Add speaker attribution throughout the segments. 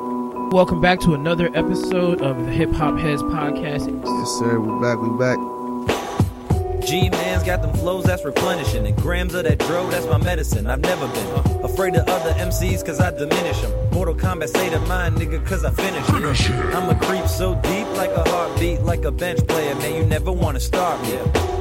Speaker 1: Welcome back to another episode of the Hip Hop Heads Podcast.
Speaker 2: Yes, sir. We back. We back.
Speaker 3: G man's got them flows that's replenishing. And grams of that dro, that's my medicine. I've never been uh, afraid of other MCs cause I diminish them. Mortal Kombat say to mine, nigga, cause I finish it. I'm a creep so deep, like a heartbeat, like a bench player. Man, you never wanna start me.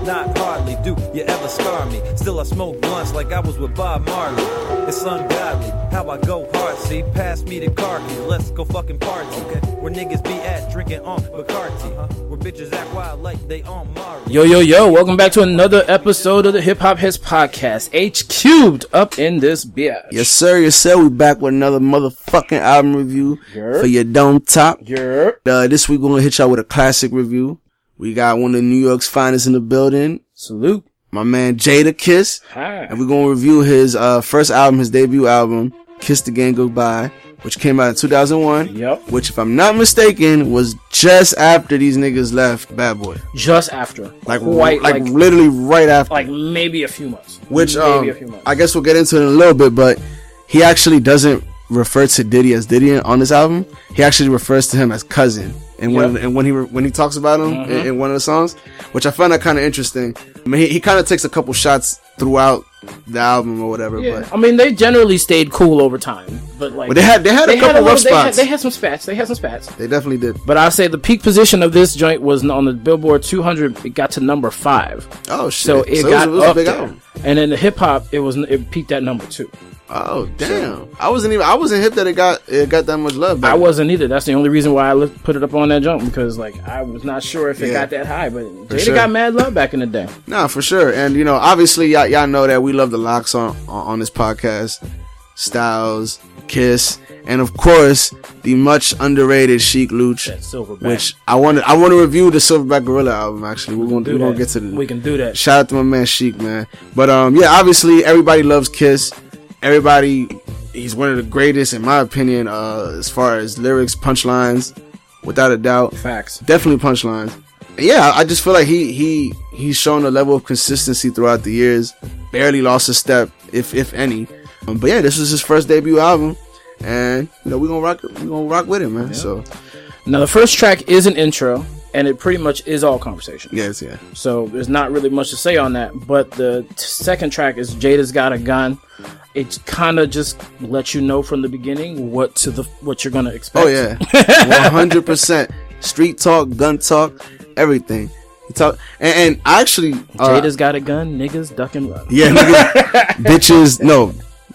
Speaker 3: Not hardly do you ever scar me. Still, I smoke blunts like I was with Bob Marley. It's ungodly how I go hard. See, pass me the car keys. Let's go fucking party. Okay. Uh-huh. Where niggas be at drinking on Bacardi. Where bitches act wild like they on Mari.
Speaker 1: Yo, yo, yo, welcome back to another episode of the Hip Hop Heads Podcast. H cubed up in this beer.
Speaker 2: Yes, sir. Yes, sir. We back with another motherfucking album review
Speaker 1: Yerp.
Speaker 2: for your dome top.
Speaker 1: Yerp.
Speaker 2: Uh, this week we're gonna hit y'all with a classic review. We got one of New York's finest in the building,
Speaker 1: Salute.
Speaker 2: my man Jada Kiss, and
Speaker 1: Hi.
Speaker 2: we're gonna review his uh, first album, his debut album, "Kiss the Gang Goodbye," which came out in 2001.
Speaker 1: Yep.
Speaker 2: Which, if I'm not mistaken, was just after these niggas left Bad Boy.
Speaker 1: Just after.
Speaker 2: Like,
Speaker 1: Quite,
Speaker 2: like,
Speaker 1: like, like,
Speaker 2: literally right after.
Speaker 1: maybe a few months.
Speaker 2: which
Speaker 1: maybe
Speaker 2: um,
Speaker 1: a few months.
Speaker 2: I guess we'll get into it in a little bit, but he actually doesn't refer to Diddy as Diddy on this album. He actually refers to him as cousin. And when
Speaker 1: Yep.
Speaker 2: and when he re- when he talks about him in,
Speaker 1: Mm-hmm.
Speaker 2: in one of the songs, which I found that kind of interesting. I mean, he, he kind of takes a couple shots throughout the album or whatever,
Speaker 1: Yeah.
Speaker 2: but.
Speaker 1: I mean, they generally stayed cool over time, but like
Speaker 2: But they had they had a couple rough
Speaker 1: they had-
Speaker 2: spots.
Speaker 1: they had some spats. They had some spats.
Speaker 2: they definitely did.
Speaker 1: But I say the peak position of this joint was on the Billboard 200. It got to number five,
Speaker 2: Oh shit!
Speaker 1: so it
Speaker 2: was-
Speaker 1: got
Speaker 2: it was a
Speaker 1: up
Speaker 2: big
Speaker 1: there.
Speaker 2: album.
Speaker 1: And then the hip hop, it was it peaked at number two.
Speaker 2: Oh damn! I wasn't even I wasn't hip that it got it got that much love. Back
Speaker 1: I wasn't either. That's the only reason why I li- put it up on that jump because like I was not sure if it
Speaker 2: Yeah.
Speaker 1: got that high. But Jada
Speaker 2: sure.
Speaker 1: got mad love back in the day.
Speaker 2: Nah, for sure. And you know, obviously, y'all, y'all know that we love the locks on on on this podcast. Styles, Kiss, and of course the much underrated Chic Luch.
Speaker 1: That Silverback.
Speaker 2: Which I wanted, I want to review the Silverback Gorilla album. Actually, we're gonna we're
Speaker 1: that.
Speaker 2: gonna get to the
Speaker 1: We can do that.
Speaker 2: Shout out to my man Chic, man. But um, yeah, obviously everybody loves Kiss. Everybody, he's one of the greatest in my opinion, uh, as far as lyrics, punchlines, without a doubt
Speaker 1: Facts.
Speaker 2: definitely punchlines. Yeah, I I just feel like he he he's shown a level of consistency throughout the years. Barely lost a step, if if any. Um, but yeah, this was his first debut album, and you know we gonna rock we gonna rock with it, man. So
Speaker 1: Now the first track is an intro, and it pretty much is all conversation.
Speaker 2: yes, yeah,
Speaker 1: So there's not really much to say on that. But the t- second track is Jada's Got a Gun. It kind of just lets you know from the beginning what to the what you're gonna expect.
Speaker 2: oh yeah, one hundred percent street talk, gun talk, everything. He talk and, and actually, uh,
Speaker 1: Jada's got a gun, niggas duck and run.
Speaker 2: yeah, niggas, bitches, no,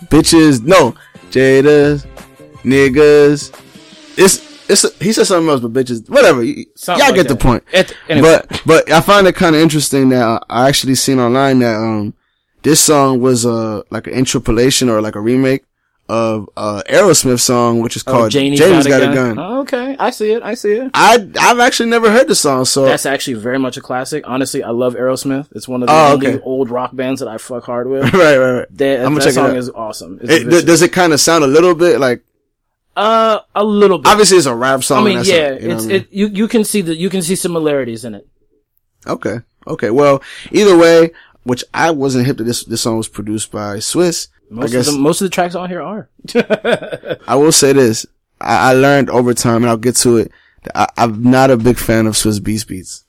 Speaker 2: bitches, no, Jada's, niggas. It's it's he said something else, but bitches, whatever. You, y'all
Speaker 1: Something like
Speaker 2: get the
Speaker 1: that.
Speaker 2: point.
Speaker 1: It- anyway.
Speaker 2: But but I find it kind of interesting that I- I actually seen online that um this song was uh like an interpolation or like a remake of uh Aerosmith song, which is called
Speaker 1: Oh, Janie's
Speaker 2: James uh, got, a gun.
Speaker 1: Oh, okay, I see it. I see it.
Speaker 2: I I've actually never heard the song, so
Speaker 1: That's actually very much a classic. Honestly, I love Aerosmith. It's one of the
Speaker 2: Oh,
Speaker 1: only
Speaker 2: okay.
Speaker 1: old rock bands that I fuck hard with.
Speaker 2: right right right.
Speaker 1: That,
Speaker 2: I'm gonna
Speaker 1: that
Speaker 2: check it
Speaker 1: song
Speaker 2: out.
Speaker 1: is awesome. It's
Speaker 2: It-
Speaker 1: vicious.
Speaker 2: does it kind of sound a little bit like?
Speaker 1: uh, a little bit.
Speaker 2: Obviously, it's a rap song.
Speaker 1: I mean,
Speaker 2: and that's
Speaker 1: yeah,
Speaker 2: a- you know
Speaker 1: it's
Speaker 2: what I mean?
Speaker 1: it. You you can see the you can see similarities in it.
Speaker 2: Okay. Okay. Well, either way, which I wasn't hip to this, this song was produced by Swiss.
Speaker 1: Most
Speaker 2: I guess
Speaker 1: of the, most of the tracks on here are.
Speaker 2: I will say this. I, I learned over time and I'll get to it. that I, I'm not a big fan of Swiss Beast beats.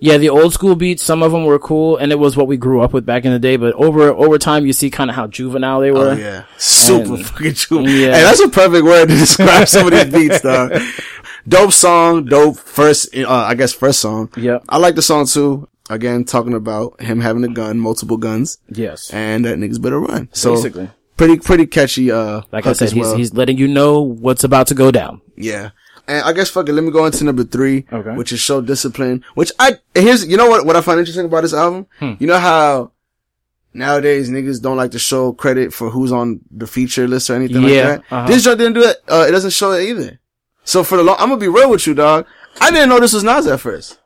Speaker 1: Yeah, the old school beats, some of them were cool, and it was what we grew up with back in the day. But over over time, you see kind of how juvenile
Speaker 2: Oh,
Speaker 1: they were.
Speaker 2: Super
Speaker 1: Oh, And-
Speaker 2: fucking true.
Speaker 1: Yeah.
Speaker 2: Hey, that's a perfect word to describe some of these beats, dog. Dope song, dope first, uh, I guess first song.
Speaker 1: Yep.
Speaker 2: I like the song too. Again, talking about him having a gun, multiple guns,
Speaker 1: Yes.
Speaker 2: and that niggas better run. So
Speaker 1: Basically.
Speaker 2: pretty, pretty catchy, uh,
Speaker 1: like I
Speaker 2: hook
Speaker 1: said,
Speaker 2: as
Speaker 1: he's
Speaker 2: well.
Speaker 1: he's letting you know what's about to go down.
Speaker 2: Yeah. And I guess fuck it, let me go into number three,
Speaker 1: Okay.
Speaker 2: which is show discipline. Which I and here's you know what what I find interesting about this album.
Speaker 1: Hmm.
Speaker 2: You know how nowadays niggas don't like to show credit for who's on the feature list or anything
Speaker 1: Yeah,
Speaker 2: like that.
Speaker 1: uh-huh.
Speaker 2: This joint didn't do that. Uh, it doesn't show it either. So for the long, I'm gonna be real with you, dog. I didn't know this was Nas at first.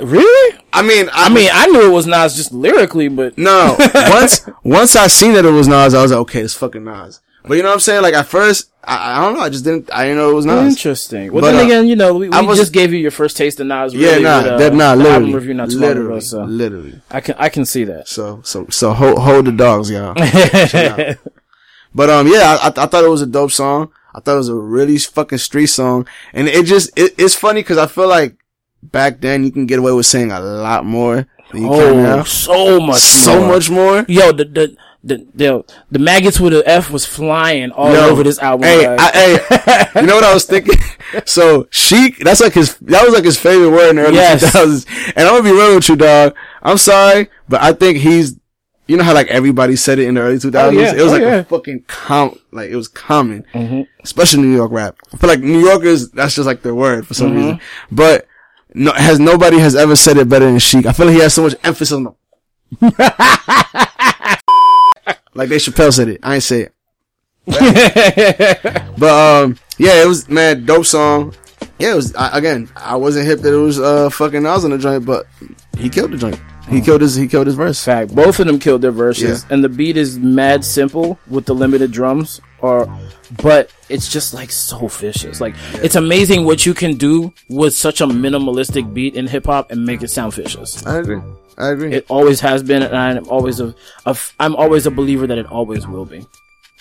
Speaker 1: Really?
Speaker 2: I mean, I,
Speaker 1: I mean, I knew it was Nas just lyrically, but
Speaker 2: no. once once I seen that it was Nas, I was like, okay, it's fucking Nas. But you know what I'm saying? Like at first, I, I don't know. I just didn't. I didn't know it was Nas.
Speaker 1: interesting. Well,
Speaker 2: But,
Speaker 1: then
Speaker 2: uh,
Speaker 1: again, you know, we,
Speaker 2: I
Speaker 1: we
Speaker 2: was-
Speaker 1: just gave you your first taste of Nas. Really,
Speaker 2: Yeah, nah,
Speaker 1: with, uh,
Speaker 2: that nah,
Speaker 1: the
Speaker 2: literally,
Speaker 1: album review not too long
Speaker 2: literally,
Speaker 1: ago, so
Speaker 2: literally.
Speaker 1: I can I can see that.
Speaker 2: So so so hold hold the dogs, y'all. Chill out. but um, yeah, I, I I thought it was a dope song. I I thought it was a really fucking street song. And it just, it, it's funny because I feel like back then you can get away with saying a lot more than you can
Speaker 1: Oh,
Speaker 2: now.
Speaker 1: so much,
Speaker 2: So
Speaker 1: more.
Speaker 2: much more.
Speaker 1: Yo, the the the the, the maggots with the F was flying all
Speaker 2: Yo,
Speaker 1: over this album.
Speaker 2: Hey,
Speaker 1: guys.
Speaker 2: I, hey, you know what I was thinking? So Sheik, that's like his, that was like his favorite word in the early
Speaker 1: Yes.
Speaker 2: 2000s. And I'm gonna be real with you, dog. I'm sorry, but I think he's, you know how like everybody said it in the early 2000s?
Speaker 1: Oh, yeah.
Speaker 2: It was
Speaker 1: Oh,
Speaker 2: like
Speaker 1: yeah. Mm-hmm.
Speaker 2: a fucking com, like it was common. Especially New York rap. I feel like New Yorkers, that's just like their word for
Speaker 1: Mm-hmm.
Speaker 2: some reason. But no, has nobody has ever said it better than Sheik. I feel like he has so much emphasis on the like they Chappelle said it. I ain't say it. But um, yeah, it was man, dope song. Yeah, it was I, again. I wasn't hip that it was uh fucking Nas on the joint, but he killed the joint. He killed his he killed his verse.
Speaker 1: fact. Both of them killed their verses,
Speaker 2: Yeah.
Speaker 1: and the beat is mad simple with the limited drums, or but it's just like so vicious. Like it's amazing what you can do with such a minimalistic beat in hip hop and make it sound vicious.
Speaker 2: I agree. I agree.
Speaker 1: It always has been, and I'm always a, a f- I'm always a believer that it always will be.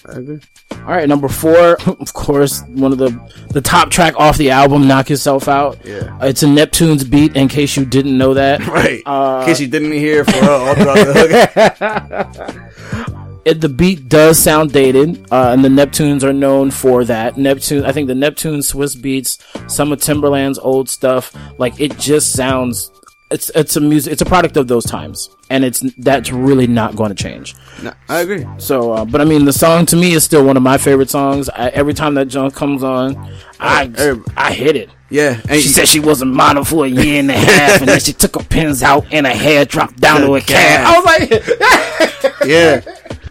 Speaker 2: I agree.
Speaker 1: All right, number four, of course, one of the the top track off the album, "Knock Yourself Out."
Speaker 2: Yeah.
Speaker 1: it's a Neptune's beat. In case you didn't know that,
Speaker 2: Right.
Speaker 1: Uh,
Speaker 2: In case you didn't hear for her all throughout the hook.
Speaker 1: it, the beat does sound dated, uh, and the Neptunes are known for that. Neptune, I think the Neptune Swiss beats, some of Timberland's old stuff, like it just sounds. It's it's a music. It's a product of those times, and it's that's really not going to change.
Speaker 2: Nah, I agree.
Speaker 1: So, uh, but I mean, the song to me is still one of my favorite songs. I, every time that junk comes on, I
Speaker 2: Every-
Speaker 1: I hit it.
Speaker 2: Yeah. And
Speaker 1: She said she was a model for a year and a half, and then she took her pins out, and her hair dropped down to a calf. I was like,
Speaker 2: yeah.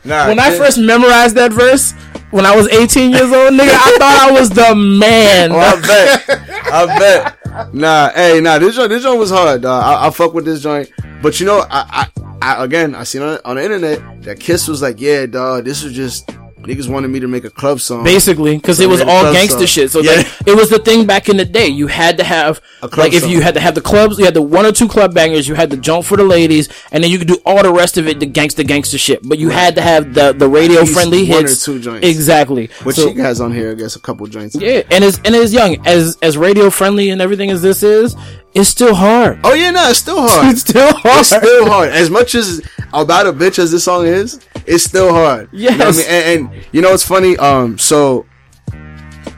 Speaker 2: Nah,
Speaker 1: when I
Speaker 2: yeah.
Speaker 1: first memorized that verse, when I was 18 years old, nigga, I thought I was the man.
Speaker 2: Oh, I bet. I bet. Nah, hey, nah, this joint, this joint was hard, dog. I, I fuck with this joint. But you know, I, I, I again, I seen on, on the internet that Kiss was like, yeah, dog, this was just, niggas wanted me to make a club song.
Speaker 1: Basically, because it was
Speaker 2: Really
Speaker 1: all
Speaker 2: club
Speaker 1: gangster
Speaker 2: song.
Speaker 1: shit. So
Speaker 2: Yeah.
Speaker 1: like, it was the thing back in the day. You had to have
Speaker 2: A club
Speaker 1: like if you
Speaker 2: song.
Speaker 1: had to have the clubs, you had the one or two club bangers, you had the jump for the ladies, and then you could do all the rest of it, the gangster gangster shit. But you had to have the the radio friendly
Speaker 2: one or
Speaker 1: hits.
Speaker 2: two joints.
Speaker 1: Exactly.
Speaker 2: Which
Speaker 1: So-
Speaker 2: she has on here, I guess, a couple joints.
Speaker 1: Yeah, and as and as young as as radio friendly and everything as this is, it's still hard.
Speaker 2: Oh yeah, no, it's still hard.
Speaker 1: It's still hard.
Speaker 2: It's still hard. As much as about a bitch as this song is, it's still hard. You know what I
Speaker 1: Yes.
Speaker 2: mean? and, and you know what's funny? Um, so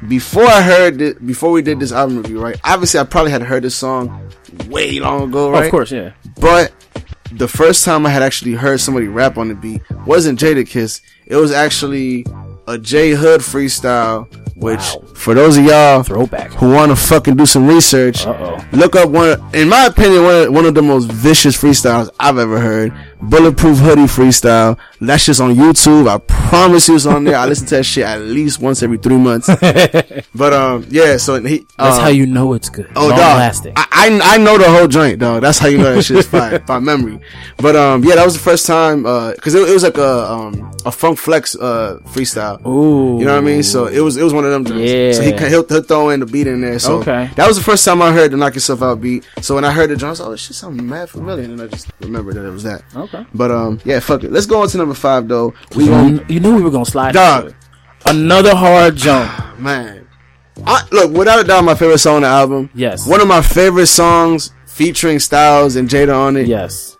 Speaker 2: before I heard thi- before we did this album review, right? Obviously, I probably had heard this song way long ago, right?
Speaker 1: Of course, yeah.
Speaker 2: But the first time I had actually heard somebody rap on the beat wasn't Jada Kiss. It was actually a J Hood freestyle, which
Speaker 1: Wow.
Speaker 2: for those of y'all
Speaker 1: Throwback.
Speaker 2: who want to fucking do some research,
Speaker 1: Uh-oh.
Speaker 2: look up one. In my opinion, one of, one of the most vicious freestyles I've ever heard. Bulletproof hoodie freestyle. That's just on YouTube. I promise you, it's on there. I listen to that shit at least once every three months. but um, yeah. So he.
Speaker 1: That's
Speaker 2: uh,
Speaker 1: how you know it's good.
Speaker 2: Oh,
Speaker 1: Long
Speaker 2: dog.
Speaker 1: lasting.
Speaker 2: I, I I know the whole joint, dog. That's how you know that shit's fire by memory. But um, yeah, that was the first time, uh, cause it, it was like a um a funk flex uh freestyle.
Speaker 1: Ooh.
Speaker 2: You know what I mean? So it was it was one of them joints. So he
Speaker 1: Yeah.
Speaker 2: ca- he'll, he'll throw in the beat in there. So
Speaker 1: Okay.
Speaker 2: that was the first time I heard the knock yourself out beat. So when I heard the joint, I was like, oh, this shit sounds mad familiar, and then I just remembered that it was that.
Speaker 1: Okay.
Speaker 2: But um, yeah, fuck it. Let's go on to number five though. We
Speaker 1: You,
Speaker 2: gonna
Speaker 1: kn- you knew we were gonna slide.
Speaker 2: Dog.
Speaker 1: into it. Another hard jump.
Speaker 2: man. I, look, without a doubt, my favorite song on the album.
Speaker 1: Yes.
Speaker 2: One of my favorite songs featuring Styles and Jada on it.
Speaker 1: Yes.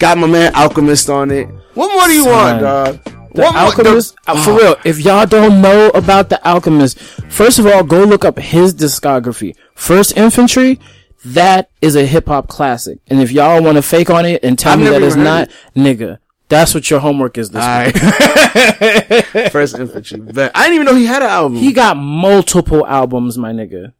Speaker 2: Got my man Alchemist on it. What more do you
Speaker 1: Son.
Speaker 2: want, dog?
Speaker 1: The
Speaker 2: what more-
Speaker 1: Alchemist,
Speaker 2: the-
Speaker 1: uh, for real. If y'all don't know about the Alchemist, first of all, go look up his discography. First Infantry, that is a hip hop classic. And if y'all want to fake on it and tell
Speaker 2: I've
Speaker 1: me that
Speaker 2: never
Speaker 1: it's
Speaker 2: even
Speaker 1: not,
Speaker 2: heard
Speaker 1: nigga, that's what your homework is this week.
Speaker 2: Alright. First infantry. But I didn't even know he had an album.
Speaker 1: He got multiple albums, my nigga.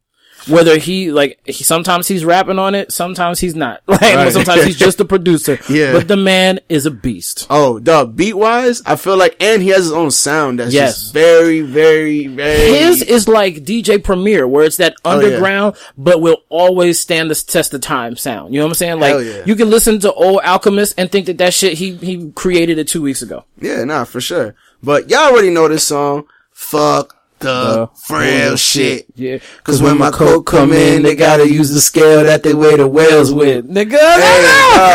Speaker 1: Whether he like he, sometimes he's rapping on it, sometimes he's not. Like
Speaker 2: Right.
Speaker 1: sometimes he's just a producer.
Speaker 2: Yeah.
Speaker 1: But the man is a beast.
Speaker 2: oh, dog. Beat wise, I feel like, and he has his own sound that's
Speaker 1: Yes.
Speaker 2: just very, very, very.
Speaker 1: His is like DJ Premier, where it's that
Speaker 2: Oh, yeah.
Speaker 1: underground, but will always stand the test of time sound. You know what I'm saying? Like
Speaker 2: Hell yeah.
Speaker 1: you can listen to old Alchemist and think that that shit he he created it two weeks ago.
Speaker 2: Yeah, nah, for sure. But y'all already know this song. Fuck the frail shit.
Speaker 1: Yeah,
Speaker 2: Cause when my coke come in, they gotta use the scale that they weigh the whales with.
Speaker 1: Nigga,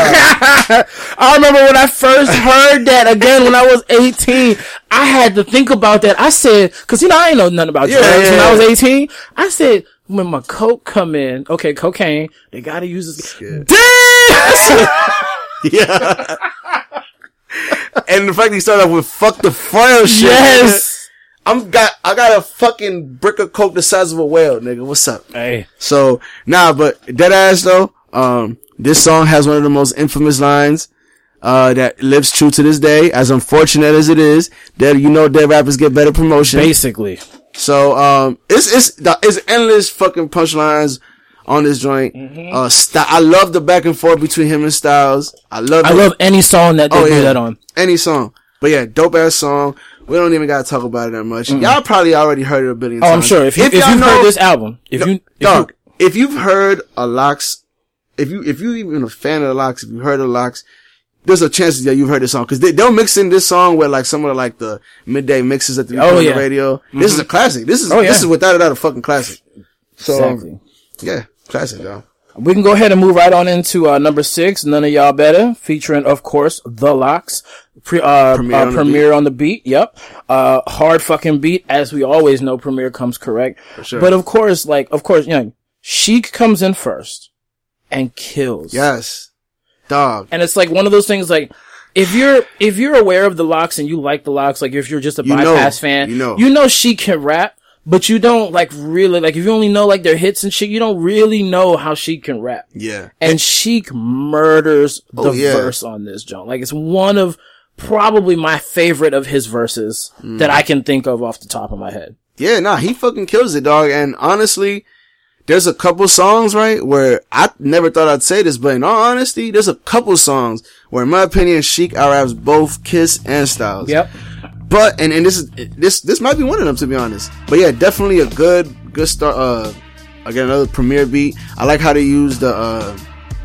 Speaker 1: I remember when I first heard that again when I was 18. I had to think about that. I said, cause you know, I ain't know nothing about
Speaker 2: Yeah,
Speaker 1: drugs when
Speaker 2: yeah,
Speaker 1: I was
Speaker 2: yeah.
Speaker 1: 18. I said, when my coke come in, okay, cocaine, they gotta use this.
Speaker 2: Yeah.
Speaker 1: Damn! I
Speaker 2: Yeah. and the fact that he started off with fuck the frail
Speaker 1: said,
Speaker 2: shit.
Speaker 1: yes!
Speaker 2: I'm got I got a fucking brick of coke the size of a whale, nigga. What's up?
Speaker 1: Hey.
Speaker 2: So nah, but dead ass though. Um, this song has one of the most infamous lines. Uh, that lives true to this day. As unfortunate as it is, that you know, dead rappers get better promotion.
Speaker 1: Basically.
Speaker 2: So um, it's it's the- it's endless fucking punchlines on this joint.
Speaker 1: Mm-hmm.
Speaker 2: Uh, Sty- I love the back and forth between him and Styles. I love
Speaker 1: I
Speaker 2: the-
Speaker 1: love any song that they
Speaker 2: Oh,
Speaker 1: do
Speaker 2: yeah.
Speaker 1: that on.
Speaker 2: any song. But yeah, dope ass song. We don't even gotta talk about it that much. Y'all probably already heard it a billion
Speaker 1: Oh,
Speaker 2: times.
Speaker 1: I'm sure. If, you, if,
Speaker 2: y'all
Speaker 1: you've
Speaker 2: know-
Speaker 1: heard this album, if you, if you,
Speaker 2: dog, if you've heard a locks, if you if you even a fan of the locks, if you heard of the locks, there's a chance that you've heard this song because they they'll mix in this song with like some of the, like the midday mixes at the,
Speaker 1: Oh,
Speaker 2: on
Speaker 1: yeah.
Speaker 2: the radio. This is a classic. This is
Speaker 1: Oh, yeah.
Speaker 2: this is without a doubt a fucking classic. So um,
Speaker 1: Exactly.
Speaker 2: yeah, classic dog.
Speaker 1: We can go ahead and move right on into uh, number six, None of Y'all Better, featuring, of course, The Locks. Pre- uh,
Speaker 2: Premiere
Speaker 1: uh,
Speaker 2: on the
Speaker 1: premiere on the beat. Yep. Uh, hard fucking beat. As we always know, premiere comes correct.
Speaker 2: sure.
Speaker 1: But of course, like, of course, you know, Sheik comes in first and kills.
Speaker 2: Yes, dog.
Speaker 1: And it's like one of those things like, if you're, if you're aware of the locks and you like the locks, like if you're just a
Speaker 2: You know.
Speaker 1: bypass fan,
Speaker 2: You know.
Speaker 1: you know she can rap, but you don't like really, like if you only know like their hits and shit, you don't really know how she can rap.
Speaker 2: Yeah,
Speaker 1: And Sheik murders the
Speaker 2: Oh, yeah.
Speaker 1: verse on this joint. Like it's one of probably my favorite of his verses
Speaker 2: Hmm.
Speaker 1: that I can think of off the top of my head.
Speaker 2: yeah. Nah, he fucking kills it, dog. And honestly. There's a couple songs, right, where I never thought I'd say this, but in all honesty, there's a couple songs where, in my opinion, Chic outraps both Kiss and Styles.
Speaker 1: Yep.
Speaker 2: But and and this is this this might be one of them to be honest. But yeah, definitely a good good start. Uh, again another premiere beat. I like how they use the uh,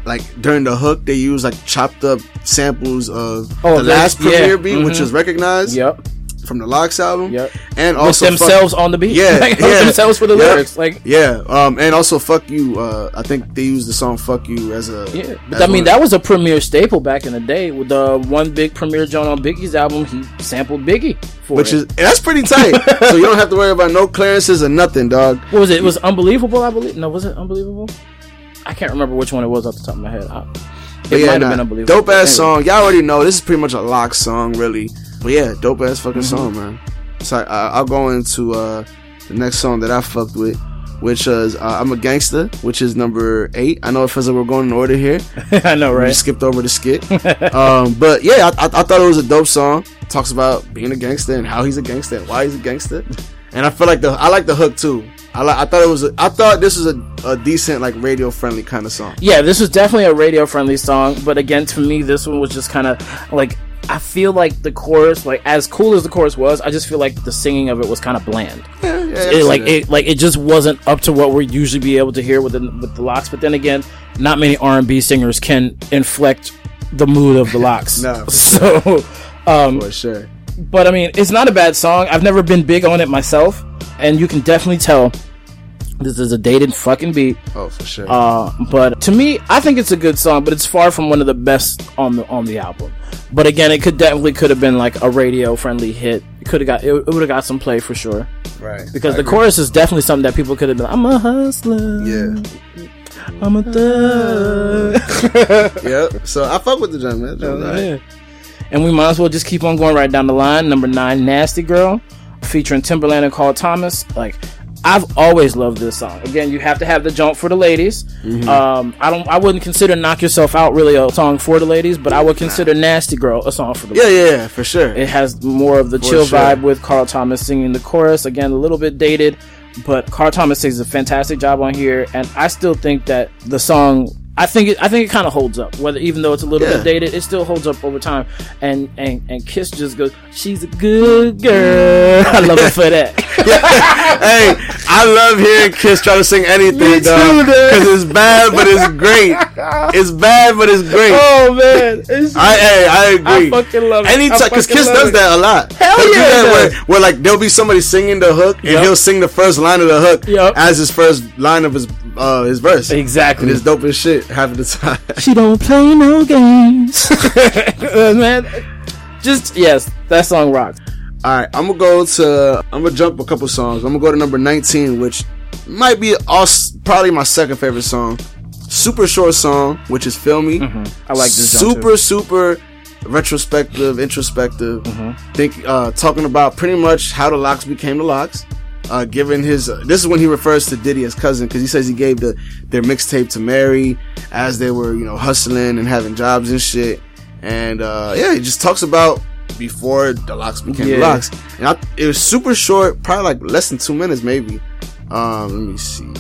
Speaker 2: like during the hook they use like chopped up samples of
Speaker 1: Oh,
Speaker 2: the
Speaker 1: that's-
Speaker 2: last premiere
Speaker 1: yeah,
Speaker 2: beat, which
Speaker 1: mhm.
Speaker 2: was recognized
Speaker 1: Yep.
Speaker 2: from the Locks album.
Speaker 1: Yep.
Speaker 2: and
Speaker 1: With
Speaker 2: also fuck-
Speaker 1: themselves on the beat.
Speaker 2: Yeah,
Speaker 1: Like,
Speaker 2: yeah.
Speaker 1: with themselves for the
Speaker 2: Yep.
Speaker 1: lyrics. Like
Speaker 2: Yeah, um, and also fuck you. Uh, I think they used the song "fuck you" as a.
Speaker 1: yeah.
Speaker 2: as
Speaker 1: But I mean
Speaker 2: one-
Speaker 1: that was a premiere staple back in the day with the one big premiere joint on Biggie's album, he sampled Biggie for
Speaker 2: which
Speaker 1: it.
Speaker 2: is that's pretty tight. so you don't have to worry about no clearances or nothing, dog.
Speaker 1: what was it? It was unbelievable, I believe. No, was it unbelievable? I can't remember which one it was off the top of my head. I,
Speaker 2: But
Speaker 1: it
Speaker 2: yeah,
Speaker 1: might
Speaker 2: nah,
Speaker 1: have been unbelievable.
Speaker 2: Dope ass
Speaker 1: Anyway.
Speaker 2: song. Y'all already know this is pretty much a lock song, really. But yeah, dope ass fucking
Speaker 1: Mm-hmm.
Speaker 2: song, man. So I, I, I'll go into uh, the next song that I fucked with, which is uh, "I'm a Gangster," which is number eight. I know it feels like we're going in order here.
Speaker 1: I know,
Speaker 2: We
Speaker 1: right?
Speaker 2: skipped over the skit, um, but yeah, I, I, I thought it was a dope song. Talks about being a gangster and how he's a gangster and why he's a gangster. And I feel like the I like the hook too. I like I thought it was a, I thought this was a, a decent like radio friendly kind of song.
Speaker 1: yeah, this was definitely a radio friendly song, but again, to me, this one was just kind of like I feel like the chorus, like as cool as the chorus was, I just feel like the singing of it was kind of bland.
Speaker 2: Yeah, yeah,
Speaker 1: It, like
Speaker 2: absolutely.
Speaker 1: it, like it just wasn't up to what we would usually be able to hear with the, with the locks. But then again, not many R and B singers can inflect the mood of the locks.
Speaker 2: No, for
Speaker 1: so, um,
Speaker 2: for sure.
Speaker 1: but I mean, it's not a bad song. I've never been big on it myself, and you can definitely tell this is a dated fucking beat.
Speaker 2: Oh, for sure.
Speaker 1: Uh, but to me, I think it's a good song, but it's far from one of the best on the on the album. But again, it could definitely could have been like a radio friendly hit. It could have got it, would have got some play for sure
Speaker 2: right.
Speaker 1: because the chorus is definitely something that people could have been. I'm a hustler.
Speaker 2: Yeah.
Speaker 1: I'm a thug.
Speaker 2: Yep. So I fuck with the joint, man. Joint, right?
Speaker 1: Yeah. And we might as well just keep on going right down the line. Number nine, Nasty Girl, featuring Timberland and Carl Thomas. Like, I've always loved this song. Again, you have to have the jump for the ladies.
Speaker 2: Mm-hmm.
Speaker 1: Um, I don't. I wouldn't consider Knock Yourself Out really a song for the ladies, but I would consider Nasty Girl a song for the.
Speaker 2: Yeah, yeah, yeah, for sure.
Speaker 1: It has more of the chill
Speaker 2: sure.
Speaker 1: vibe with Carl Thomas singing the chorus. Again, a little bit dated, but Carl Thomas does a fantastic job on here, and I still think that the song. I think it, I think it kind of holds up. Whether even though it's a little
Speaker 2: Yeah.
Speaker 1: bit dated, it still holds up over time. And and and Kiss just goes, "She's a good girl." I love it for that.
Speaker 2: hey, I love hearing Chris try to sing anything,
Speaker 1: Me
Speaker 2: dog.
Speaker 1: too, dude.
Speaker 2: Because it's bad, but it's great. It's bad, but it's great.
Speaker 1: Oh man, it's,
Speaker 2: I, hey, I agree.
Speaker 1: I fucking love it. I
Speaker 2: Anytime, because
Speaker 1: fucking
Speaker 2: Kiss
Speaker 1: love
Speaker 2: does
Speaker 1: it.
Speaker 2: that a lot.
Speaker 1: Hell
Speaker 2: He'll do
Speaker 1: yeah,
Speaker 2: that
Speaker 1: he
Speaker 2: where,
Speaker 1: does.
Speaker 2: where like there'll be somebody singing the hook, and
Speaker 1: Yup.
Speaker 2: he'll sing the first line of the hook
Speaker 1: Yup.
Speaker 2: as his first line of his uh, his verse. And
Speaker 1: exactly.
Speaker 2: it's dope as shit. Half of the time,
Speaker 1: She don't play no games, man. Just yes, that song rocks.
Speaker 2: all right, I'm gonna go to. I'm gonna jump a couple songs. I'm gonna go to number 19, which might be also, probably my second favorite song. Super short song, which is "Feel Me."
Speaker 1: Mm-hmm. I like this. jump, too.
Speaker 2: super super retrospective introspective think uh talking about pretty much how the locks became the locks uh given his uh, this is when he refers to diddy as cousin because he says he gave the their mixtape to mary as they were you know hustling and having jobs and shit and uh yeah he just talks about before the locks became the
Speaker 1: Yeah.
Speaker 2: locks and I, it was super short probably like less than two minutes maybe um let me see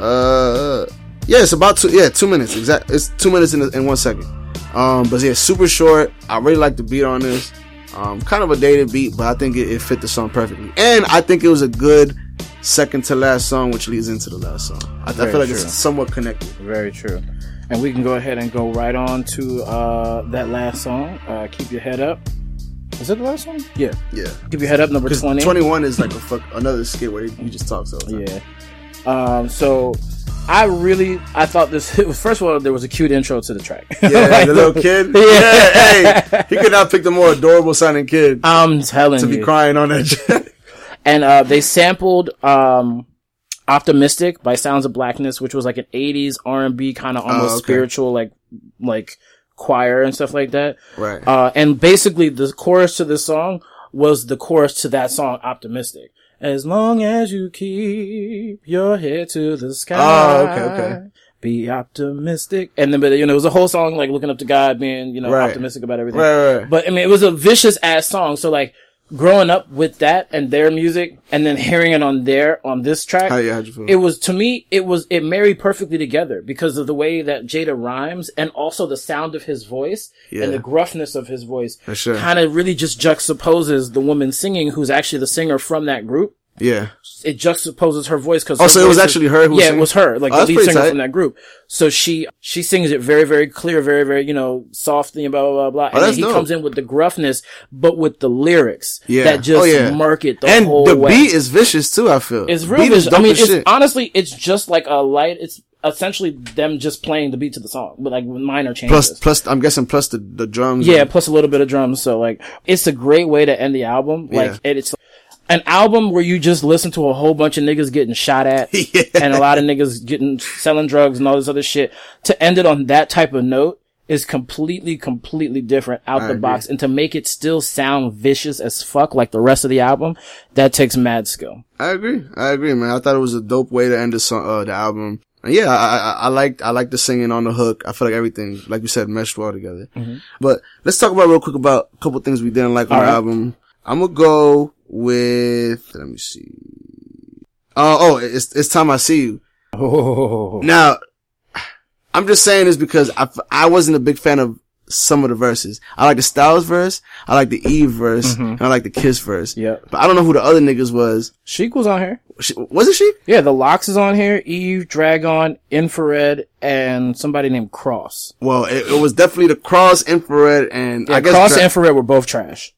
Speaker 2: uh yeah, it's about two. Yeah, two minutes. Exact. It's two minutes and, and one second. Um, but yeah, super short. I really like the beat on this. Um, kind of a dated beat, but I think it, it fit the song perfectly. And I think it was a good second to last song, which leads into the last song. I, I
Speaker 1: Very
Speaker 2: feel like
Speaker 1: true.
Speaker 2: it's somewhat connected.
Speaker 1: Very true. And we can go ahead and go right on to uh, that last song. Uh, Keep your head up. Is it the last one? Yeah.
Speaker 2: Yeah,
Speaker 1: Keep your head up, number
Speaker 2: because
Speaker 1: 20.
Speaker 2: twenty one is like a fuck another skit where he just talks. All the time.
Speaker 1: Yeah. Um, so I really I thought this first of all there was a cute intro to the track.
Speaker 2: Yeah,
Speaker 1: Like,
Speaker 2: the little kid. Yeah, hey, he could not pick the more adorable sounding kid
Speaker 1: I'm telling
Speaker 2: to be
Speaker 1: you.
Speaker 2: crying on that.
Speaker 1: and uh, they sampled um, "Optimistic" by Sounds of Blackness, which was like an '80s R&B kind of almost
Speaker 2: okay.
Speaker 1: spiritual, like like choir and stuff like that.
Speaker 2: right.
Speaker 1: Uh, and basically, the chorus to this song was the chorus to that song, "Optimistic." As long as you keep your head to the sky.
Speaker 2: Oh, okay, okay.
Speaker 1: Be optimistic. And then, but you know, it was a whole song like looking up to God, being, you know,
Speaker 2: Right.
Speaker 1: optimistic about everything.
Speaker 2: Right, right.
Speaker 1: But I mean, it was a vicious ass song. So like, growing up with that and their music, and then hearing it on their on this track,
Speaker 2: How you- how'd you feel?
Speaker 1: it was to me, it was it married perfectly together because of the way that Jada rhymes and also the sound of his voice
Speaker 2: Yeah.
Speaker 1: and the gruffness of his voice,
Speaker 2: sure.
Speaker 1: kind of really just juxtaposes the woman singing, who's actually the singer from that group
Speaker 2: yeah.
Speaker 1: it juxtaposes her voice because
Speaker 2: Oh, so it was actually her who was
Speaker 1: yeah
Speaker 2: singing?
Speaker 1: it was her like
Speaker 2: Oh,
Speaker 1: the
Speaker 2: that's
Speaker 1: lead
Speaker 2: pretty
Speaker 1: singer
Speaker 2: tight.
Speaker 1: from that group so she she sings it very very clear very very you know soft and blah blah blah, blah. and then
Speaker 2: Oh, that's
Speaker 1: he
Speaker 2: dope.
Speaker 1: comes in with the gruffness but with the lyrics
Speaker 2: Yeah.
Speaker 1: that just
Speaker 2: Oh, yeah.
Speaker 1: mark it the
Speaker 2: and
Speaker 1: whole
Speaker 2: the
Speaker 1: way
Speaker 2: beat is vicious too. I feel
Speaker 1: it's
Speaker 2: Beat
Speaker 1: real
Speaker 2: is
Speaker 1: vis-
Speaker 2: dope
Speaker 1: I mean
Speaker 2: as
Speaker 1: it's
Speaker 2: shit.
Speaker 1: honestly it's just like a light it's essentially them just playing the beat to the song with like minor changes
Speaker 2: plus plus. I'm guessing plus the the drums.
Speaker 1: yeah, plus a little bit of drums. So like, it's a great way to end the album. Like,
Speaker 2: Yeah.
Speaker 1: and it's an album where you just listen to a whole bunch of niggas getting shot at and a lot of niggas getting selling drugs and all this other shit. To end it on that type of note is completely, completely different out the
Speaker 2: agree.
Speaker 1: box. And to make it still sound vicious as fuck like the rest of the album, that takes mad skill.
Speaker 2: I agree. I agree, man. I thought it was a dope way to end the song, uh, the album. And yeah, I, I, I liked I liked the singing on the hook. I feel like everything, like you said, meshed well together. But let's talk about real quick about a couple things we didn't like on the
Speaker 1: Alright.
Speaker 2: album. I'm gonna go with let me see. Uh, oh, it's it's time I see you.
Speaker 1: Oh,
Speaker 2: Now, I'm just saying this because I, I wasn't a big fan of some of the verses. I like the Styles verse, I like the Eve verse, and I like the Kiss verse.
Speaker 1: Yep.
Speaker 2: But I don't know who the other niggas was.
Speaker 1: Sheik was on here.
Speaker 2: She, was it she?
Speaker 1: Yeah, the locks is on here. Eve, Dragon, Infrared, and somebody named Cross.
Speaker 2: Well, it, it was definitely the Cross Infrared and
Speaker 1: Yeah,
Speaker 2: I guess
Speaker 1: cross
Speaker 2: Dra-
Speaker 1: and infrared were both trash.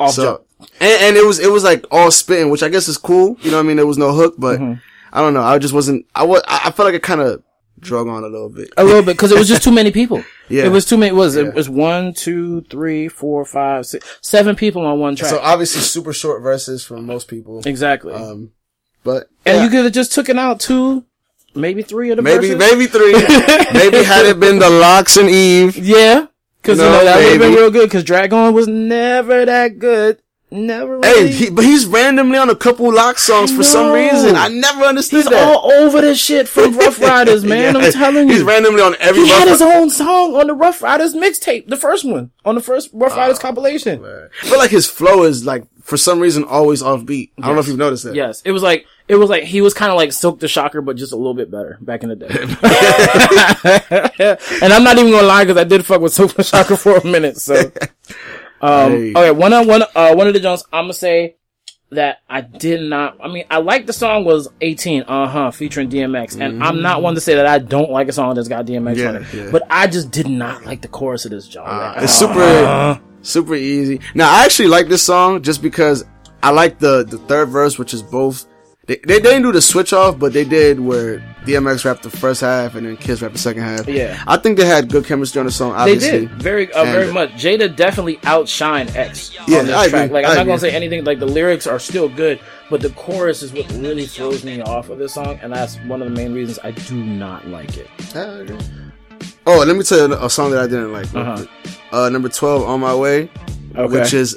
Speaker 1: Off
Speaker 2: so,
Speaker 1: jump.
Speaker 2: and, and it was it was like all spitting, which I guess is cool. You know what I mean? There was no hook, but
Speaker 1: Mm-hmm.
Speaker 2: I don't know. I just wasn't. I was. I I felt like it kind of drug on a little bit.
Speaker 1: a little bit because it was just too many people.
Speaker 2: Yeah.
Speaker 1: it was too many. It was it was one, two, three, four, five, six, seven people on one track.
Speaker 2: So uh, obviously, super short verses from most people.
Speaker 1: exactly,
Speaker 2: Um, but
Speaker 1: and
Speaker 2: yeah.
Speaker 1: you could have just taken out two, maybe three of the
Speaker 2: Maybe
Speaker 1: verses.
Speaker 2: maybe three. maybe had it been the locks and Eve.
Speaker 1: yeah, because
Speaker 2: No,
Speaker 1: you know that would have been
Speaker 2: maybe.
Speaker 1: real good. Because Dragon was never that good. Never.
Speaker 2: Hey,
Speaker 1: Really.
Speaker 2: he, but he's randomly on a couple lock songs for some
Speaker 1: know.
Speaker 2: reason. I never understood
Speaker 1: he's
Speaker 2: that.
Speaker 1: all over this shit from Rough Riders, man.
Speaker 2: Yeah,
Speaker 1: I'm telling you,
Speaker 2: he's randomly on every.
Speaker 1: He had
Speaker 2: Rough
Speaker 1: his own song on the Rough Riders mixtape, the first one, on the first Rough
Speaker 2: Oh,
Speaker 1: Riders compilation.
Speaker 2: Ri- I feel like his flow is like for some reason always offbeat. I don't know if you've noticed that.
Speaker 1: Yes, it was like it was like he was kind of like Silk the Shocker, but just a little bit better back in the day. and I'm not even gonna lie because I did fuck with Silk the Shocker for a minute. So, um,
Speaker 2: Hey.
Speaker 1: okay, one on one, uh, one of the Jones, I'm gonna say that I did not. I mean, I like the song was 18, uh huh, featuring DMX. And I'm not one to say that I don't like a song that's got DMX on
Speaker 2: Yeah,
Speaker 1: it.
Speaker 2: Mm-hmm. yeah.
Speaker 1: But I just did not like the chorus of this song.
Speaker 2: Uh, it's super
Speaker 1: Uh-huh.
Speaker 2: super easy. Now I actually like this song just because I like the the third verse, which is both. They, they, they didn't do the switch off, but they did where DMX rapped the first half and then Kiss rapped the second half.
Speaker 1: Yeah.
Speaker 2: I think they had good chemistry on the song.
Speaker 1: they
Speaker 2: Obviously,
Speaker 1: did very, uh, very
Speaker 2: And-
Speaker 1: much. Jada definitely outshined X
Speaker 2: Yeah,
Speaker 1: on this
Speaker 2: I agree.
Speaker 1: track. Like I'm
Speaker 2: I
Speaker 1: not
Speaker 2: agree.
Speaker 1: gonna say anything. Like the lyrics are still good, but the chorus is what really throws me off of this song, and that's one of the main reasons I do not like it.
Speaker 2: Oh, let me tell you a song that I didn't like. real
Speaker 1: Uh-huh.
Speaker 2: quick. Uh, number twelve, "On My Way,"
Speaker 1: Okay.
Speaker 2: which is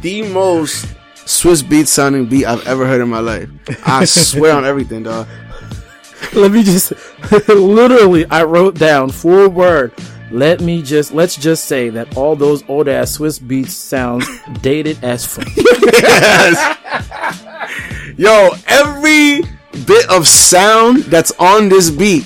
Speaker 2: the most Swiss beat sounding beat I've ever heard in my life. I swear on everything, dog.
Speaker 1: let me just literally i wrote down full word let me just let's just say that all those old ass swiss beats sounds dated as fuck
Speaker 2: Yo, every bit of sound that's on this beat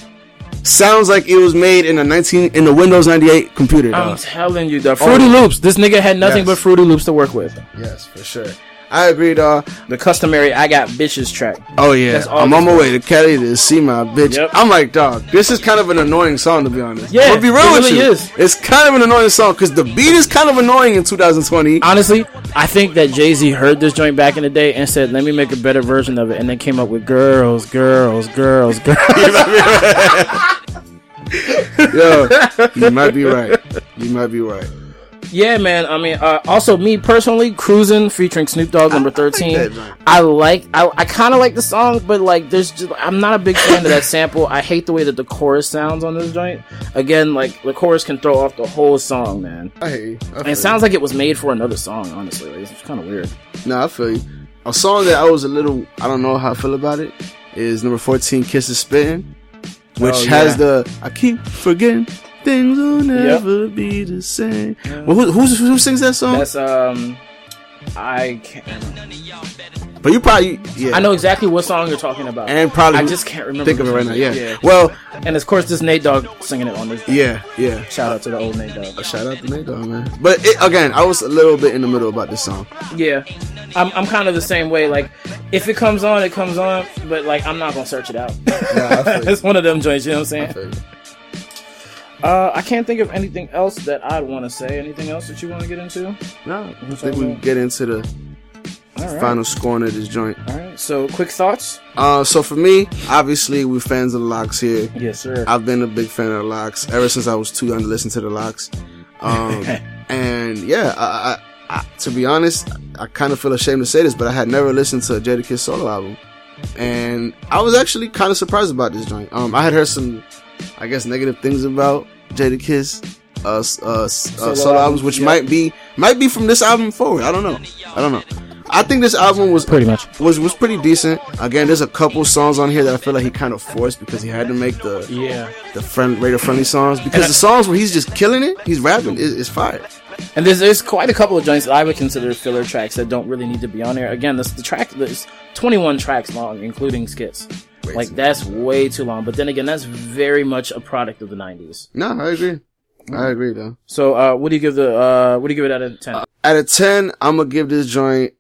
Speaker 2: sounds like it was made in a 19 in a Windows 98 computer.
Speaker 1: i'm
Speaker 2: Dog.
Speaker 1: telling you the fruity loops this nigga had nothing
Speaker 2: Yes.
Speaker 1: but fruity loops to work with
Speaker 2: Yes, for sure. I agree, dog.
Speaker 1: the customary i got bitches track
Speaker 2: Oh yeah,
Speaker 1: That's all
Speaker 2: I'm on my
Speaker 1: this
Speaker 2: way to Cali to see my bitch.
Speaker 1: Yep.
Speaker 2: I'm like, dog, this is kind of an annoying song to be honest.
Speaker 1: Yeah,
Speaker 2: I'm gonna be real
Speaker 1: it
Speaker 2: with
Speaker 1: really
Speaker 2: you.
Speaker 1: is.
Speaker 2: It's kind of an annoying song because the beat is kind of annoying in 2020.
Speaker 1: honestly i think that jay-z heard this joint back in the day and said let me make a better version of it and then came up with girls girls girls girls
Speaker 2: Yo, you might be right. You might be right.
Speaker 1: Yeah, man. I mean, uh, also me personally, cruising featuring Snoop Dogg, number thirteen.
Speaker 2: that joint.
Speaker 1: I like, I, I kind of like the song, but like, there's just I'm not a big fan of that sample. I hate the way that the chorus sounds on this joint. Again, like the chorus can throw off the whole song, man.
Speaker 2: I hear you. I feel
Speaker 1: And
Speaker 2: you.
Speaker 1: it sounds like it was made for another song. Honestly, like, it's kind of weird.
Speaker 2: Nah, I feel you. A song that I was a little, I don't know how I feel about it, is number 14, Kisses Spittin', which
Speaker 1: Oh, yeah.
Speaker 2: has the, I keep forgetting, things will never be the same. Well, who, who's, who sings that song?
Speaker 1: That's um, I can't.
Speaker 2: but you probably, yeah.
Speaker 1: I know exactly what song you're talking about.
Speaker 2: And probably,
Speaker 1: I just can't remember.
Speaker 2: Think of it
Speaker 1: the
Speaker 2: right now,
Speaker 1: song.
Speaker 2: yeah. Well,
Speaker 1: And of course, this Nate Dogg singing it on this.
Speaker 2: yeah, yeah.
Speaker 1: Shout out to the old Nate Dogg.
Speaker 2: Shout out to Nate Dogg, man. But it, again, I was a little bit in the middle about this song.
Speaker 1: Yeah, I'm, I'm kind of the same way. Like, if it comes on, it comes on, but like, I'm not gonna search it out.
Speaker 2: I feel you.
Speaker 1: it's one of them joints, you know what I'm saying?
Speaker 2: But
Speaker 1: Uh, I can't think of anything else that I'd want to say. Anything else that you want to get into?
Speaker 2: No, I think we can get into the
Speaker 1: All right.
Speaker 2: final scoring of this joint.
Speaker 1: All right. So, quick thoughts?
Speaker 2: Uh, so for me, obviously, we're fans of the locks here.
Speaker 1: Yes, sir.
Speaker 2: I've been a big fan of the locks ever since I was too young to listen to the locks. Um, and yeah, I, I, I, to be honest, I kind of feel ashamed to say this, but I had never listened to a Jadakiss solo album. And I was actually kind of surprised about this joint. Um, I had heard some, I guess, negative things about Jadakiss. Uh, s- uh, s- uh,
Speaker 1: Solo
Speaker 2: solo albums,
Speaker 1: albums,
Speaker 2: which
Speaker 1: yeah.
Speaker 2: might be might be from this album forward. I don't know. I don't know. I think this album was
Speaker 1: Pretty much.
Speaker 2: was was pretty decent. Again, there's a couple songs on here that I feel like he kind of forced because he had to make the
Speaker 1: yeah.
Speaker 2: the friend radio friendly songs because
Speaker 1: I-
Speaker 2: the songs where he's just killing it, he's rapping, is is fire.
Speaker 1: And there's, there's quite a couple of joints that I would consider filler tracks that don't really need to be on there. Again, this the track is 21 tracks long, including skits. like
Speaker 2: too
Speaker 1: that's way too long. But then again, that's very much a product of the 90s.
Speaker 2: No, I agree. I agree though.
Speaker 1: So, uh, what do you give the uh, what do you give it out of 10?
Speaker 2: Out of ten, I'm gonna give this joint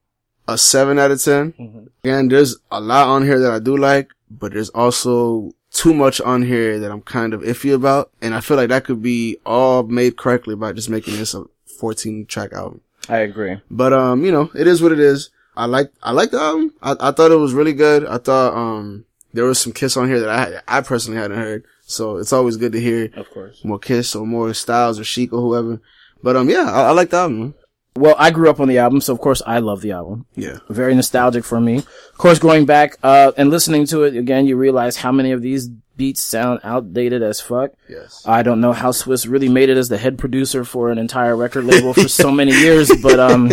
Speaker 2: a seven out of 10
Speaker 1: Mhm.
Speaker 2: Again, there's a lot on here that I do like, but there's also too much on here that I'm kind of iffy about, and I feel like that could be all made correctly by just making this a 14 track album.
Speaker 1: I agree.
Speaker 2: But um, you know, it is what it is. I like I like the album. I, I thought it was really good. I thought um there was some Kiss on here that I I personally hadn't heard, so it's always good to hear
Speaker 1: Of course.
Speaker 2: more Kiss or more Styles or Chic or whoever. But um, yeah, I, I like the album.
Speaker 1: Well, I grew up on the album, so of course I love the album.
Speaker 2: Yeah,
Speaker 1: Very nostalgic for me. Of course, going back uh, and listening to it again, you realize how many of these beats sound outdated as fuck.
Speaker 2: yes.
Speaker 1: I don't know how Swiss really made it as the head producer for an entire record label for so many years, but um,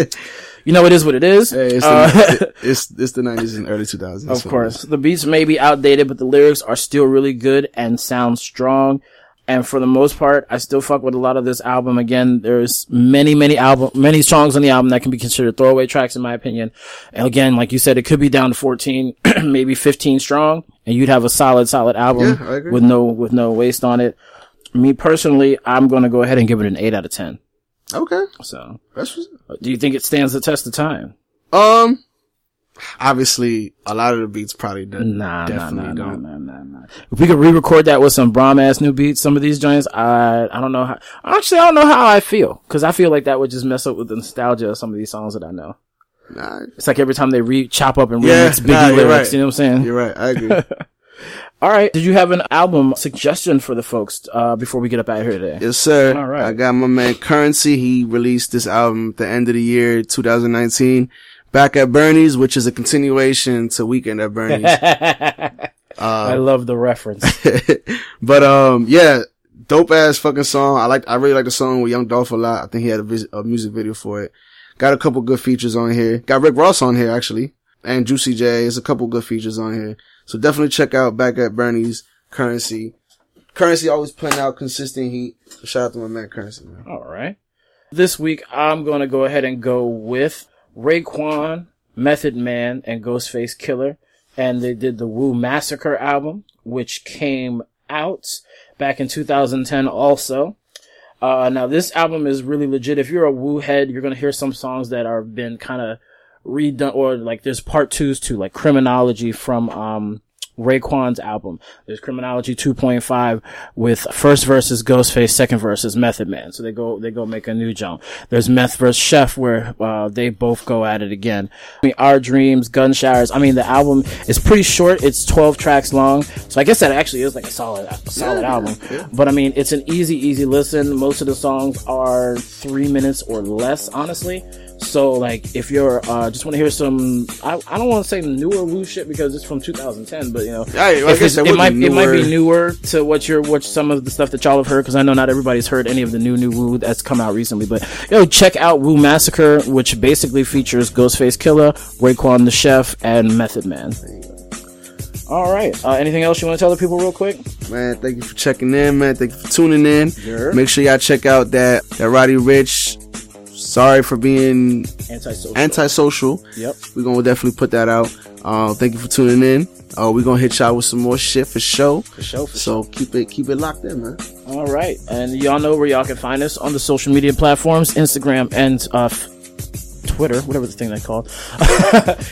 Speaker 1: you know it is what it is.
Speaker 2: Hey, it's,
Speaker 1: Uh,
Speaker 2: the, it's it's the nineties and early two thousands.
Speaker 1: Of course. The beats may be outdated, but the lyrics are still really good and sound strong. And for the most part, I still fuck with a lot of this album. Again, there's many, many album, many songs on the album that can be considered throwaway tracks, in my opinion. And again, like you said, it could be down to 14, maybe 15 strong, and you'd have a solid, solid album
Speaker 2: Yeah, I agree.
Speaker 1: with no, with no waste on it. Me personally, I'm going to go ahead and give it an 8 out of 10.
Speaker 2: Okay,
Speaker 1: So,
Speaker 2: that's what's-
Speaker 1: do you think it stands the test of time?
Speaker 2: um. obviously a lot of the beats probably don't.
Speaker 1: Nah, nah,
Speaker 2: definitely
Speaker 1: nah, nah,
Speaker 2: don't.
Speaker 1: nah, nah, nah. If we could re-record that with some Brahm ass new beats, some of these joints, I, I don't know how. Actually, I don't know how I feel because I feel like that would just mess up with the nostalgia of some of these songs that I know.
Speaker 2: Nah,
Speaker 1: It's like every time they re chop up and
Speaker 2: Yeah,
Speaker 1: remix Biggie
Speaker 2: nah, you're
Speaker 1: lyrics.
Speaker 2: right.
Speaker 1: You know what I'm saying?
Speaker 2: you're right. I agree.
Speaker 1: All right. Did you have an album suggestion for the folks uh, before we get up out of here today?
Speaker 2: Yes, sir.
Speaker 1: All right.
Speaker 2: I got my man Currency. He released this album at the end of the year, 2019. Back at Bernie's, which is a continuation to Weekend at Bernie's. Uh,
Speaker 1: I love the reference.
Speaker 2: but um, yeah, dope ass fucking song. I like. I really like the song with Young Dolph a lot. I think he had a, vis- a music video for it. Got a couple good features on here. Got Rick Ross on here actually, and Juicy J. There's a couple good features on here. So definitely check out back at Bernie's Currency. Currency always putting out consistent heat. Shout out to my man Currency man.
Speaker 1: All right. This week, I'm going to go ahead and go with Raekwon, Method Man, and Ghostface Killer. And they did the Wu Massacre album, which came out back in 2010 also. Uh, now this album is really legit. If you're a Wu head, you're gonna hear some songs that are been kind of redone or like there's part twos to like Criminology from um Raekwon's album. There's Criminology 2.5 with first verse is Ghostface, second verse is Method Man. So they go they go make a new jump. There's Meth versus Chef where uh, they both go at it again. I mean, Our Dreams, Gun Showers. I mean the album is pretty short. It's 12 tracks long. So I guess that actually is like a solid solid album. But I mean it's an easy easy listen. Most of the songs are 3 minutes or less honestly. So like if you're uh, just want to hear some I, I don't want to say newer Wu shit because it's from 2010 but you know
Speaker 2: Hey, I
Speaker 1: if
Speaker 2: guess
Speaker 1: it's-
Speaker 2: that
Speaker 1: it
Speaker 2: would
Speaker 1: might
Speaker 2: be
Speaker 1: it might be
Speaker 2: newer.
Speaker 1: newer to what you're what some of the stuff that y'all have heard because I know not everybody's heard any of the new new Woo that's come out recently. But yo, check out Woo Massacre, which basically features Ghostface Killer, Raekwon the Chef, and Method Man. All right. Uh, anything else you want to tell the people real quick?
Speaker 2: Man, thank you for checking in, man. Thank you for tuning in.
Speaker 1: Sure.
Speaker 2: Make sure y'all check out that that Roddy Rich. Sorry for being
Speaker 1: Antisocial.
Speaker 2: antisocial.
Speaker 1: Yep.
Speaker 2: We're gonna definitely put that out. Uh, thank you for tuning in. Uh, we're gonna hit y'all with some more shit for show. For
Speaker 1: show, for
Speaker 2: so keep it keep it locked in, man.
Speaker 1: All right. And y'all know where y'all can find us on the social media platforms Instagram and uh, f- Twitter, whatever the thing they called.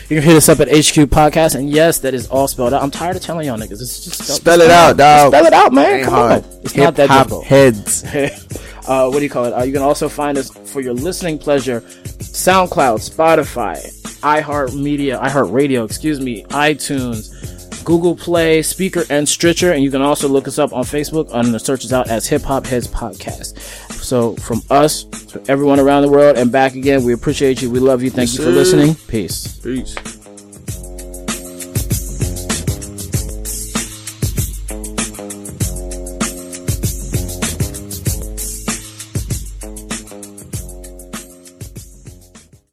Speaker 1: you can hit us up at HQ Podcast. And yes, that is all spelled out. I'm tired of telling y'all niggas. It's just
Speaker 2: Spell it out, dog.
Speaker 1: Spell it out, man.
Speaker 2: Ain't
Speaker 1: Come
Speaker 2: hard.
Speaker 1: on. It's not that
Speaker 2: Hip-hop
Speaker 1: difficult.
Speaker 2: Heads.
Speaker 1: uh, what do you call it? Uh, you can also find us for your listening pleasure, SoundCloud, Spotify, iHeartMedia, iHeartRadio, excuse me, iTunes, Google Play, Speaker, and Stitcher. And you can also look us up on Facebook on the searches out as Hip Hop Heads Podcast. So from us to everyone around the world and back again, we appreciate you. We love you. Thank you for
Speaker 2: sir.
Speaker 1: listening. Peace.
Speaker 2: Peace.